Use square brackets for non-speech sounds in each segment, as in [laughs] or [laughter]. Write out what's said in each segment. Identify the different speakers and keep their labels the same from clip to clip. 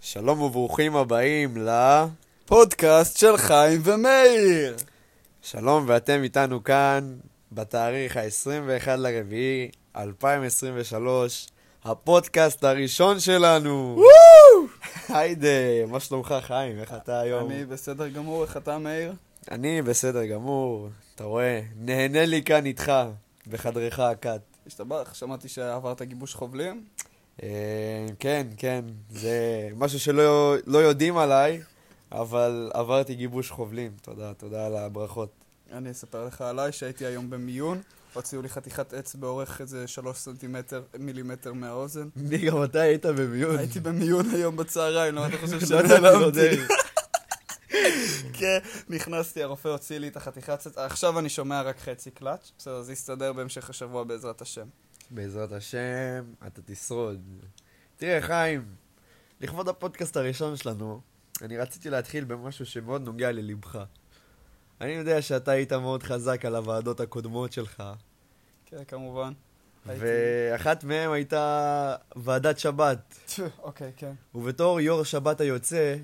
Speaker 1: שלום וברוכים הבאים ל...
Speaker 2: פודקאסט של חיים ומאיר.
Speaker 1: שלום ואתם איתנו כאן בתאריך ה-21 לרביעי 2023, הפודקאסט הראשון שלנו. היידה, מה שלומך חיים? איך אתה היום?
Speaker 2: אני בסדר גמור, איך אתה מאיר?
Speaker 1: אני בסדר גמור, אתה רואה? נהנה לי כאן איתך, בחדרך הכת.
Speaker 2: השתבח, שמעתי שעברת גיבוש חובלים.
Speaker 1: אה, כן, כן, זה משהו שלא לא יודעים עליי, אבל עברתי גיבוש חובלים. תודה, תודה על הברכות. [laughs]
Speaker 2: אני אספר לך עליי שהייתי היום במיון, הוציאו לי חתיכת עץ באורך איזה שלוש סנטימטר, מילימטר מהאוזן.
Speaker 1: מי, גם אתה היית במיון.
Speaker 2: הייתי במיון היום בצהריים, למה אתה
Speaker 1: [laughs]
Speaker 2: חושב
Speaker 1: לא ידעתי לו
Speaker 2: שנעלמתי?
Speaker 1: דרך.
Speaker 2: כן, נכנסתי, הרופא הוציא לי את החתיכת עץ, עכשיו אני שומע רק חצי קלאץ', בסדר, זה יסתדר בהמשך השבוע בעזרת השם.
Speaker 1: [laughs] בעזרת השם, אתה תשרוד. תראה, חיים, לכבוד הפודקאסט הראשון שלנו, אני רציתי להתחיל במשהו שמאוד נוגע ללבך. אני יודע שאתה היית מאוד חזק על הוועדות הקודמות שלך,
Speaker 2: כן, כמובן. הייתי-
Speaker 1: ואחת מהן הייתה ועדת שבת.
Speaker 2: טפו, אוקיי, כן.
Speaker 1: ובתור יו"ר שבת היוצא,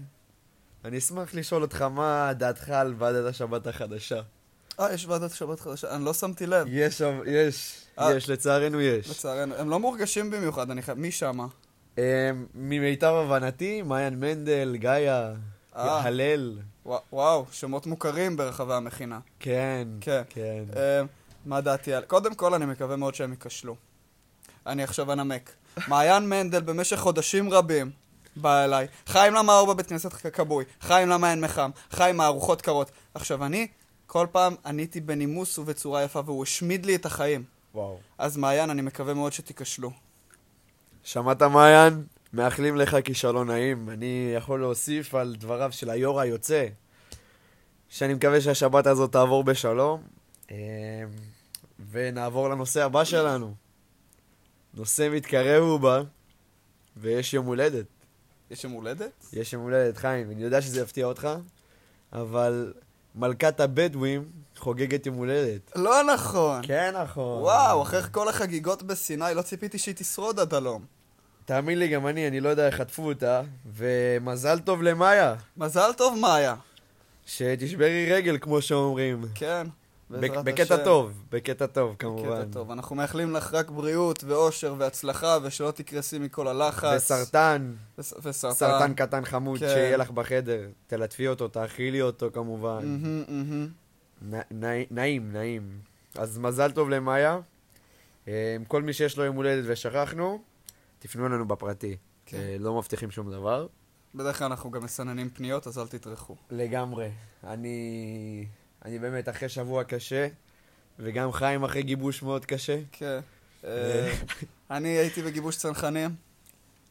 Speaker 1: אני אשמח לשאול אותך מה דעתך על ועדת השבת החדשה.
Speaker 2: אה, יש ועדת שבת חדשה, אני לא שמתי לב.
Speaker 1: יש, שם- יש,
Speaker 2: אה.
Speaker 1: יש, לצערנו יש.
Speaker 2: לצערנו, הם לא מורגשים במיוחד, אני חייב... מי שמה?
Speaker 1: אה, ממיטב הבנתי, מעיין מנדל, גאיה,
Speaker 2: אה.
Speaker 1: הלל.
Speaker 2: ווא- וואו, שמות מוכרים ברחבי המכינה.
Speaker 1: כן,
Speaker 2: כן.
Speaker 1: כן.
Speaker 2: אה, מה דעתי על... קודם כל, אני מקווה מאוד שהם ייכשלו. אני עכשיו [laughs] אנמק. מעיין מנדל במשך חודשים רבים בא אליי. חיים, למה האור בבית כנסת כ- כבוי? חיים, למה אין מחם? חיים, הארוחות קרות. עכשיו, אני, כל פעם עניתי בנימוס ובצורה יפה, והוא השמיד לי את החיים.
Speaker 1: וואו.
Speaker 2: אז מעיין, אני מקווה מאוד שתיכשלו.
Speaker 1: שמעת מעיין? מאחלים לך כישלון נעים. אני יכול להוסיף על דבריו של היו"ר היוצא, שאני מקווה שהשבת הזאת תעבור בשלום. אמ, ונעבור לנושא הבא שלנו. נושא מתקרב הוא בא, ויש יום הולדת.
Speaker 2: יש יום הולדת?
Speaker 1: יש יום הולדת, חיים. אני יודע שזה יפתיע אותך, אבל מלכת הבדואים חוגגת יום הולדת.
Speaker 2: לא נכון.
Speaker 1: כן, נכון.
Speaker 2: וואו, אחרי כל החגיגות בסיני, לא ציפיתי שהיא תשרוד עד הלום.
Speaker 1: תאמין לי, גם אני, אני לא יודע איך חטפו אותה, ומזל טוב למאיה,
Speaker 2: מזל טוב, מאיה.
Speaker 1: שתשברי רגל, כמו שאומרים.
Speaker 2: כן,
Speaker 1: בק-
Speaker 2: בעזרת
Speaker 1: בקטע
Speaker 2: השם.
Speaker 1: טוב, בקטע טוב, כמובן.
Speaker 2: בקטע טוב. אנחנו מאחלים לך רק בריאות ואושר והצלחה, ושלא תקרסי מכל הלחץ.
Speaker 1: וסרטן,
Speaker 2: וס- וסרטן.
Speaker 1: סרטן קטן חמוד
Speaker 2: כן.
Speaker 1: שיהיה לך בחדר. תלטפי אותו, תאכילי אותו, כמובן.
Speaker 2: מהמם, מהמם.
Speaker 1: נ- נעי- נעים, נעים. אז מזל טוב למאיה. אה, כל מי שיש לו יום הולדת ושכחנו, תפנו אלינו בפרטי.
Speaker 2: כן.
Speaker 1: אה, לא מבטיחים שום דבר.
Speaker 2: בדרך כלל אנחנו גם מסננים פניות, אז אל תטרחו.
Speaker 1: לגמרי. אני... אני באמת אחרי שבוע קשה, וגם חיים אחרי גיבוש מאוד קשה.
Speaker 2: כן. אה, אני הייתי בגיבוש צנחנים,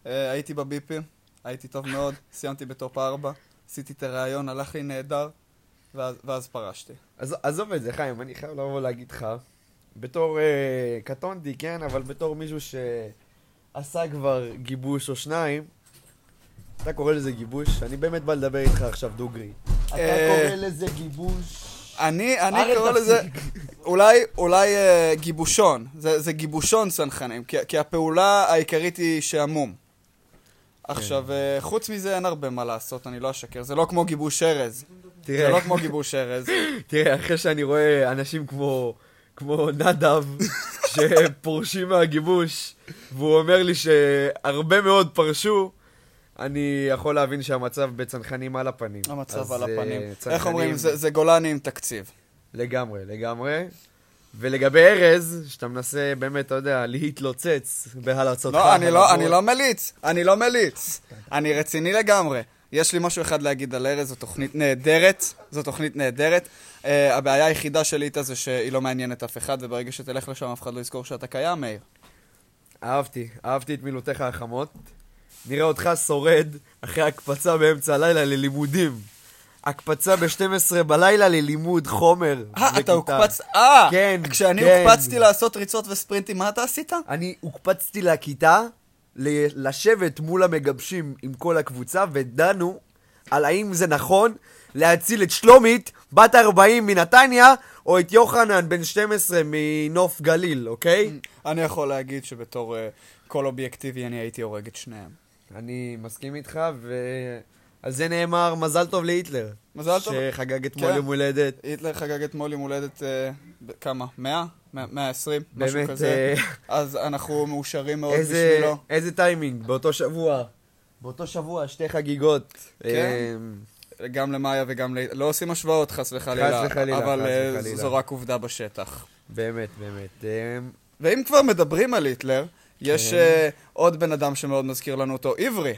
Speaker 2: אה, הייתי בביפים, הייתי טוב מאוד, סיימתי בטופ 4, עשיתי את הראיון, הלך לי נהדר, ואז- ואז פרשתי.
Speaker 1: אז עזוב את זה, חיים, אני חייב לבוא להגיד לך, בתור אה, קטונתי, כן, אבל בתור מישהו שעשה כבר גיבוש או שניים, אתה קורא לזה גיבוש? אני באמת בא לדבר איתך עכשיו דוגרי. אתה
Speaker 2: אה,
Speaker 1: קורא לזה גיבוש?
Speaker 2: אני, אני
Speaker 1: אריה,
Speaker 2: קורא
Speaker 1: תפסיק.
Speaker 2: לזה, אולי, אולי אה, גיבושון, זה, זה גיבושון צנחנים, כי, כי הפעולה העיקרית היא שעמום.
Speaker 1: כן.
Speaker 2: עכשיו, אה, חוץ מזה אין הרבה מה לעשות, אני לא אשקר, זה לא כמו גיבוש ארז. זה
Speaker 1: תראה,
Speaker 2: לא כמו גיבוש ארז.
Speaker 1: [laughs] תראה, אחרי שאני רואה אנשים כמו, כמו
Speaker 2: [laughs]
Speaker 1: נדב, שפורשים מהגיבוש, והוא אומר לי שהרבה מאוד פרשו, אני יכול להבין שהמצב בצנחנים על הפנים.
Speaker 2: המצב
Speaker 1: אז,
Speaker 2: על
Speaker 1: אה,
Speaker 2: הפנים. איך
Speaker 1: צנחנים-
Speaker 2: אומרים, זה, זה גולני עם תקציב.
Speaker 1: לגמרי, לגמרי. ולגבי ארז, שאתה מנסה באמת, אתה יודע, להתלוצץ בהלצותך.
Speaker 2: לא, אני לא, אני
Speaker 1: הרבות.
Speaker 2: לא מליץ, אני לא מליץ. אני רציני לגמרי. יש לי משהו אחד להגיד על ארז, זו תוכנית נהדרת, זו תוכנית נהדרת. Uh, הבעיה היחידה שלי איתה זה שהיא לא מעניינת אף אחד, וברגע שתלך לשם אף אחד לא יזכור שאתה קיים, מאיר.
Speaker 1: אה, אהבתי, אהבתי את מילותיך החמות. נראה אותך שורד אחרי הקפצה באמצע הלילה ללימודים. הקפצה ב-12 בלילה ללימוד חומר.
Speaker 2: אה, אתה
Speaker 1: לכיתה.
Speaker 2: הוקפצת, אה!
Speaker 1: כן,
Speaker 2: כשאני
Speaker 1: כן.
Speaker 2: הוקפצתי לעשות ריצות וספרינטים, מה אתה עשית?
Speaker 1: אני הוקפצתי לכיתה, ל- לשבת מול המגבשים עם כל הקבוצה, ודנו על האם זה נכון להציל את שלומית, בת 40 מנתניה, או את יוחנן, בן 12 מנוף גליל, אוקיי?
Speaker 2: אני יכול להגיד שבתור אה, קול אובייקטיבי אני הייתי הורג את שניהם.
Speaker 1: אני מסכים איתך, ועל זה נאמר מזל טוב להיטלר.
Speaker 2: מזל טוב.
Speaker 1: שחגג אתמול
Speaker 2: כן.
Speaker 1: יום הולדת.
Speaker 2: היטלר חגג אתמול יום הולדת, אה, ב- כמה? 100? 120? משהו
Speaker 1: באמת,
Speaker 2: כזה.
Speaker 1: אה,
Speaker 2: אז אנחנו מאושרים מאוד
Speaker 1: איזה-
Speaker 2: בשבילו.
Speaker 1: איזה טיימינג, באותו שבוע. באותו שבוע, שתי חגיגות.
Speaker 2: כן.
Speaker 1: אמ,
Speaker 2: גם למאיה וגם ל... לא עושים השוואות, חס וחלילה.
Speaker 1: וחלילה,
Speaker 2: אבל
Speaker 1: חס
Speaker 2: אה,
Speaker 1: וחלילה.
Speaker 2: זו רק עובדה בשטח.
Speaker 1: באמת, באמת. אמ,
Speaker 2: ואם כבר מדברים על היטלר, יש
Speaker 1: כן.
Speaker 2: אה, עוד בן אדם שמאוד מזכיר לנו אותו, עברי.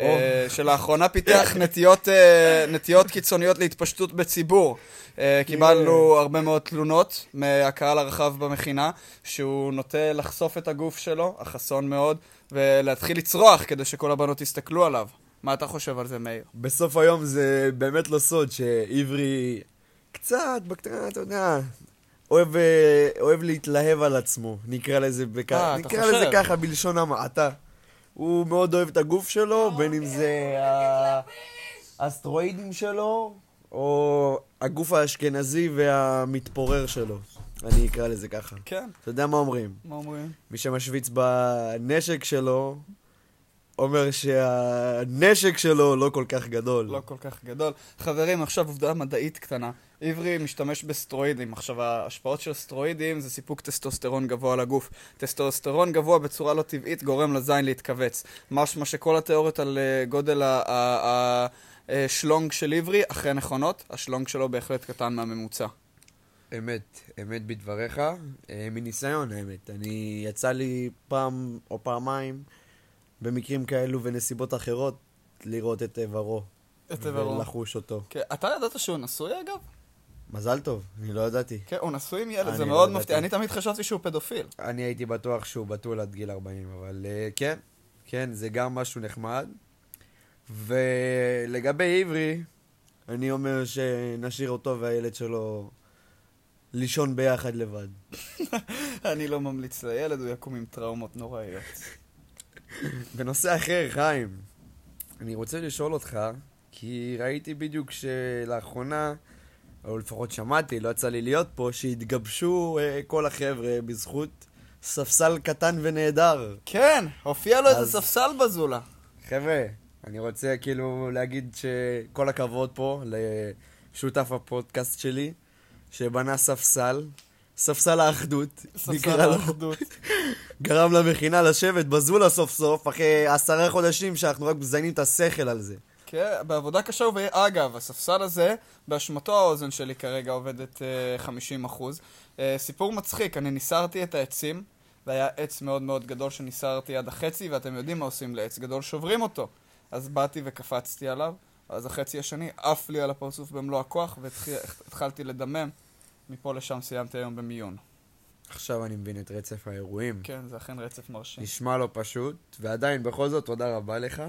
Speaker 1: או.
Speaker 2: אה, שלאחרונה פיתח
Speaker 1: [coughs]
Speaker 2: נטיות, אה, נטיות קיצוניות להתפשטות בציבור.
Speaker 1: כן.
Speaker 2: אה, קיבלנו הרבה מאוד תלונות מהקהל הרחב במכינה, שהוא נוטה לחשוף את הגוף שלו, החסון מאוד, ולהתחיל לצרוח כדי שכל הבנות יסתכלו עליו. מה אתה חושב על זה, מאיר?
Speaker 1: בסוף היום זה באמת לא סוד שעברי קצת, בקטנה, אתה יודע, אוהב, אה, אוהב להתלהב על עצמו, נקרא לזה, בכ...
Speaker 2: אה, אתה
Speaker 1: נקרא
Speaker 2: חושב?
Speaker 1: לזה ככה בלשון המעטה. הוא מאוד אוהב את הגוף שלו, בין אם זה ה- האסטרואידים שלו, או הגוף האשכנזי והמתפורר שלו, אני אקרא לזה ככה.
Speaker 2: כן,
Speaker 1: אתה יודע מה אומרים?
Speaker 2: מה אומרים?
Speaker 1: מי שמשוויץ בנשק שלו, אומר שהנשק שלו לא כל כך גדול.
Speaker 2: לא כל כך גדול. חברים, עכשיו עובדה מדעית קטנה. עברי משתמש בסטרואידים. עכשיו, ההשפעות של סטרואידים זה סיפוק טסטוסטרון גבוה על הגוף. טסטוסטרון גבוה בצורה לא טבעית גורם לזין להתכווץ. משמע שכל התיאוריות על אה, גודל ה- ה- ה- אה, שלונג של עברי אכן נכונות, השלונג שלו בהחלט קטן מהממוצע.
Speaker 1: אמת, אמת בדבריך. אה, מניסיון, האמת. אני, יצא לי פעם או פעמיים, במקרים כאלו ונסיבות אחרות, לראות את איברו. ולחוש אותו.
Speaker 2: כן, אתה ידעת שהוא נשוי אגב?
Speaker 1: מזל טוב, אני לא ידעתי.
Speaker 2: כן, הוא נשוי עם ילד,
Speaker 1: אני
Speaker 2: זה
Speaker 1: לא
Speaker 2: מאוד
Speaker 1: ידעתי.
Speaker 2: מפתיע. אני תמיד חשבתי שהוא פדופיל.
Speaker 1: אני הייתי בטוח שהוא בתול עד גיל 40, אבל אה, כן, כן, זה גם משהו נחמד. ולגבי עברי, אני אומר שנשאיר אותו והילד שלו לישון ביחד לבד.
Speaker 2: אני לא ממליץ לילד, הוא יקום עם טראומות נוראיות.
Speaker 1: בנושא אחר, חיים, אני רוצה לשאול אותך, כי ראיתי בדיוק שלאחרונה, או לפחות שמעתי, לא יצא לי להיות פה, שהתגבשו אה, כל החבר'ה בזכות ספסל קטן ונהדר.
Speaker 2: כן, הופיע לו איזה
Speaker 1: אז-
Speaker 2: ספסל בזולה.
Speaker 1: חבר'ה, אני רוצה כאילו להגיד שכל הכבוד פה לשותף הפודקאסט שלי, שבנה ספסל, ספסל האחדות, נקרא לו.
Speaker 2: האחדות.
Speaker 1: גרם למכינה לשבת בזולה סוף סוף, אחרי עשרה חודשים שאנחנו רק מזיינים את השכל על זה.
Speaker 2: כן, בעבודה קשה, וב... אגב, הספסל הזה, באשמתו האוזן שלי כרגע עובדת אה, 50 אחוז. אה, סיפור מצחיק, אני ניסרתי את העצים, זה היה עץ מאוד מאוד גדול שניסרתי עד החצי, ואתם יודעים מה עושים לעץ גדול, שוברים אותו. אז באתי וקפצתי עליו, אז החצי השני עף לי על הפרצוף במלוא הכוח, והתחלתי לדמם. מפה לשם סיימתי היום במיון.
Speaker 1: עכשיו אני מבין את רצף האירועים.
Speaker 2: כן, זה אכן רצף מרשים.
Speaker 1: נשמע לא פשוט, ועדיין, בכל זאת, תודה רבה לך.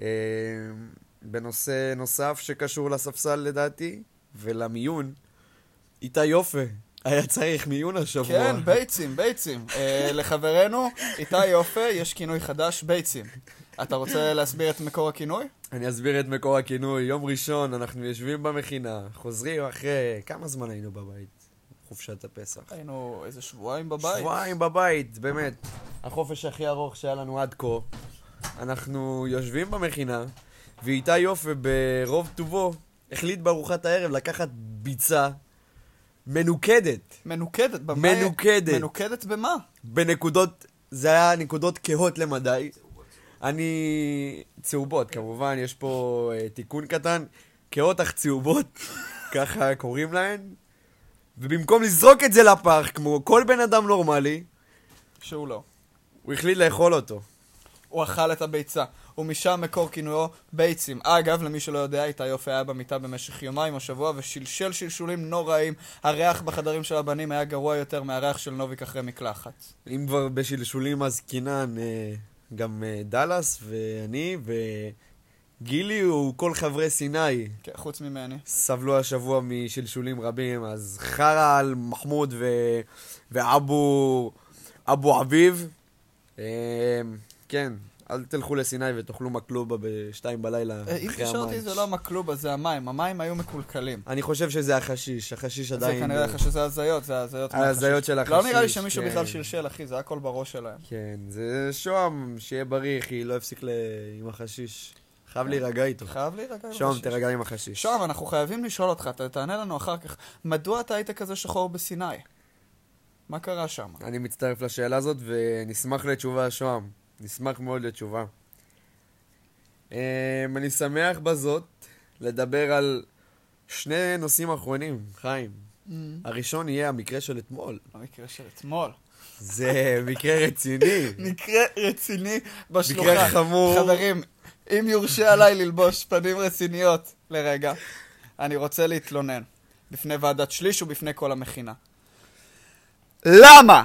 Speaker 1: אה, בנושא נוסף שקשור לספסל לדעתי, ולמיון, איתי יופה, היה צריך מיון השבוע.
Speaker 2: כן, ביצים, ביצים. אה, לחברנו, איתי יופה, יש כינוי חדש, ביצים. אתה רוצה להסביר את מקור הכינוי?
Speaker 1: אני אסביר את מקור הכינוי. יום ראשון, אנחנו יושבים במכינה, חוזרים אחרי... כמה זמן היינו בבית? חופשת הפסח.
Speaker 2: היינו איזה שבועיים בבית.
Speaker 1: שבועיים בבית, באמת. החופש הכי ארוך שהיה לנו עד כה. אנחנו יושבים במכינה, ואיתי יופה ברוב טובו החליט בארוחת הערב לקחת ביצה מנוקדת,
Speaker 2: מנוקדת, במה?
Speaker 1: מנוקדת.
Speaker 2: מנוקדת במה?
Speaker 1: בנקודות, זה היה נקודות כהות למדי. אני... צהובות, כמובן, יש פה אה, תיקון קטן. כהות אך צהובות, [laughs] ככה קוראים להן. ובמקום לזרוק את זה לפח, כמו כל בן אדם נורמלי,
Speaker 2: שהוא לא.
Speaker 1: הוא החליט לאכול אותו.
Speaker 2: הוא אכל את הביצה. ומשם מקור כינויו ביצים. אגב, למי שלא יודע, איתי יופי היה במיטה במשך יומיים או שבוע ושלשל שלשולים נוראים. הריח בחדרים של הבנים היה גרוע יותר מהריח של נוביק אחרי מקלחת.
Speaker 1: אם כבר בשלשולים, אז קינן, אה, גם אה, דאלאס ואני, וגילי הוא כל חברי סיני.
Speaker 2: כן, חוץ ממני.
Speaker 1: סבלו השבוע משלשולים רבים, אז חרא על מחמוד ו... ואבו אבו אביב. אה, כן, אל תלכו לסיני ותאכלו מקלובה בשתיים בלילה
Speaker 2: אה, אם
Speaker 1: אחרי
Speaker 2: תשארתי
Speaker 1: המים.
Speaker 2: זה לא המקלובה, זה המים. המים היו מקולקלים.
Speaker 1: אני חושב שזה החשיש, החשיש
Speaker 2: זה
Speaker 1: עדיין...
Speaker 2: כנראה לך שזה הזיות, זה הזיות.
Speaker 1: ההזיות של
Speaker 2: החשיש. לא נראה לי
Speaker 1: החשיש,
Speaker 2: שמישהו
Speaker 1: כן.
Speaker 2: בכלל שלשל, אחי, זה הכל בראש שלהם.
Speaker 1: כן, זה שוהם, שיהיה בריא, כי לא הפסיק ל... עם החשיש. חייב
Speaker 2: כן.
Speaker 1: להירגע איתו.
Speaker 2: חייב להירגע עם
Speaker 1: שוהם,
Speaker 2: החשיש.
Speaker 1: תירגע עם החשיש.
Speaker 2: שוהם, אנחנו חייבים לשאול אותך, ת- תענה לנו אחר כך, מדוע אתה היית כזה שחור בסיני? מה קרה שם?
Speaker 1: אני מצטרף לשאלה הזאת, ונשמח לתשובה, שוהם. נשמח מאוד לתשובה. אמ, אני שמח בזאת לדבר על שני נושאים אחרונים, חיים. הראשון יהיה המקרה של אתמול.
Speaker 2: המקרה לא של אתמול.
Speaker 1: כן. זה מקרה רציני.
Speaker 2: מקרה רציני בשלוחה.
Speaker 1: מקרה חמור.
Speaker 2: חברים, אם יורשה עליי ללבוש פנים רציניות לרגע, אני רוצה להתלונן בפני ועדת שליש ובפני כל המכינה. למה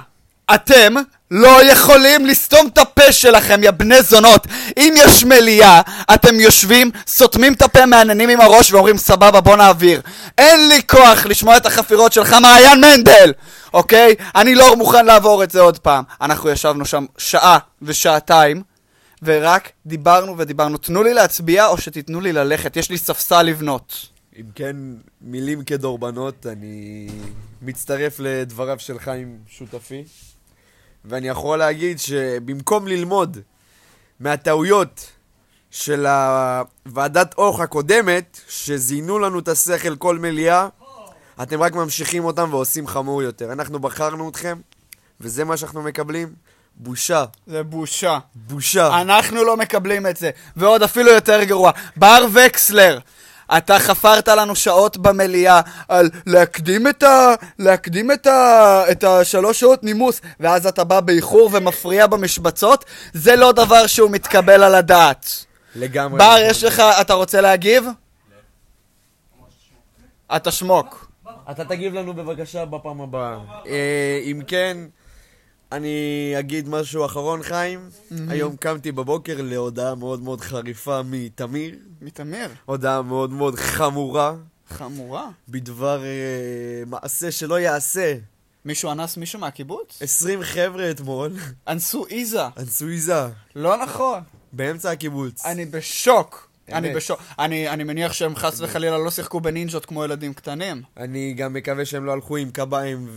Speaker 2: אתם לא יכולים לסתום את הפה שלכם, יא בני זונות? אם יש מליאה, אתם יושבים, סותמים את הפה, מעננים עם הראש ואומרים סבבה, בוא נעביר. אין לי כוח לשמוע את החפירות שלך, מעיין מנדל! אוקיי? אני לא מוכן לעבור את זה עוד פעם. אנחנו ישבנו שם שעה ושעתיים, ורק דיברנו ודיברנו. תנו לי להצביע או שתיתנו לי ללכת, יש לי ספסל לבנות.
Speaker 1: אם כן, מילים כדורבנות, אני מצטרף לדבריו של חיים שותפי, ואני יכול להגיד שבמקום ללמוד מהטעויות של ועדת אורך הקודמת, שזינו לנו את השכל כל מליאה, אתם רק ממשיכים אותם ועושים חמור יותר. אנחנו בחרנו אתכם, וזה מה שאנחנו מקבלים? בושה,
Speaker 2: זה בושה.
Speaker 1: בושה.
Speaker 2: אנחנו לא מקבלים את זה. ועוד אפילו יותר גרוע, בר וקסלר, אתה חפרת לנו שעות במליאה על להקדים את ה... להקדים את ה... את השלוש שעות נימוס, ואז אתה בא באיחור ומפריע במשבצות, זה לא דבר שהוא מתקבל על הדעת.
Speaker 1: לגמרי.
Speaker 2: בר,
Speaker 1: נכון.
Speaker 2: יש לך... אתה רוצה להגיב? אתה שמוק.
Speaker 1: אתה תגיב לנו בבקשה בפעם הבאה. אם כן, אני אגיד משהו אחרון, חיים. היום קמתי בבוקר להודעה מאוד מאוד חריפה מתמיר,
Speaker 2: מתעמר,
Speaker 1: הודעה מאוד מאוד חמורה,
Speaker 2: חמורה.
Speaker 1: בדבר אה, מעשה שלא ייעשה.
Speaker 2: מישהו אנס מישהו מהקיבוץ?
Speaker 1: 20 חבר'ה אתמול, [laughs]
Speaker 2: אנסו איזה.
Speaker 1: אנסו עיזה,
Speaker 2: לא נכון.
Speaker 1: באמצע הקיבוץ.
Speaker 2: אני בשוק.
Speaker 1: באמת.
Speaker 2: אני בשוק. אני, אני מניח שהם חס וחלילה לא שיחקו בנינג'ות כמו ילדים קטנים.
Speaker 1: אני גם מקווה שהם לא הלכו עם קביים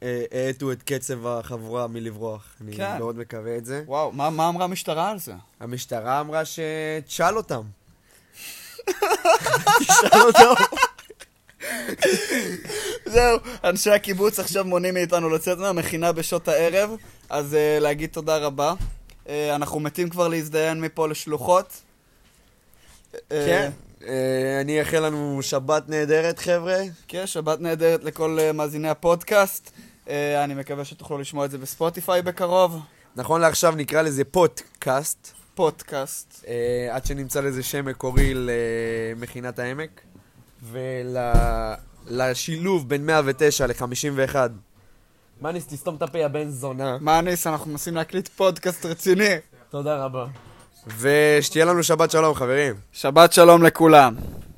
Speaker 1: והאטו את קצב החבורה מלברוח. אני
Speaker 2: כן.
Speaker 1: מאוד מקווה את זה.
Speaker 2: וואו, מה, מה אמרה המשטרה על זה?
Speaker 1: המשטרה אמרה שתשאל אותם. [laughs] תשאל אותם.
Speaker 2: זהו, אנשי הקיבוץ עכשיו מונעים מאיתנו לצאת מהמכינה בשעות הערב, אז uh, להגיד תודה רבה. Uh, אנחנו מתים כבר להזדיין מפה לשלוחות.
Speaker 1: כן. אה, אני אאחל לנו שבת נהדרת, חבר'ה.
Speaker 2: כן, שבת נהדרת לכל אה, מאזיני הפודקאסט. אה, אני מקווה שתוכלו לשמוע את זה בספוטיפיי בקרוב.
Speaker 1: נכון לעכשיו נקרא לזה פודקאסט,
Speaker 2: פודקאסט.
Speaker 1: אה, עד שנמצא לזה שם מקורי למכינת העמק, ולשילוב בין 109 ל-51. מניס, תסתום את הפה, הבן זונה.
Speaker 2: מה ניס, אנחנו מנסים להקליט פודקאסט רציני.
Speaker 1: [laughs] תודה רבה. ושתהיה לנו שבת שלום, חברים.
Speaker 2: שבת שלום לכולם.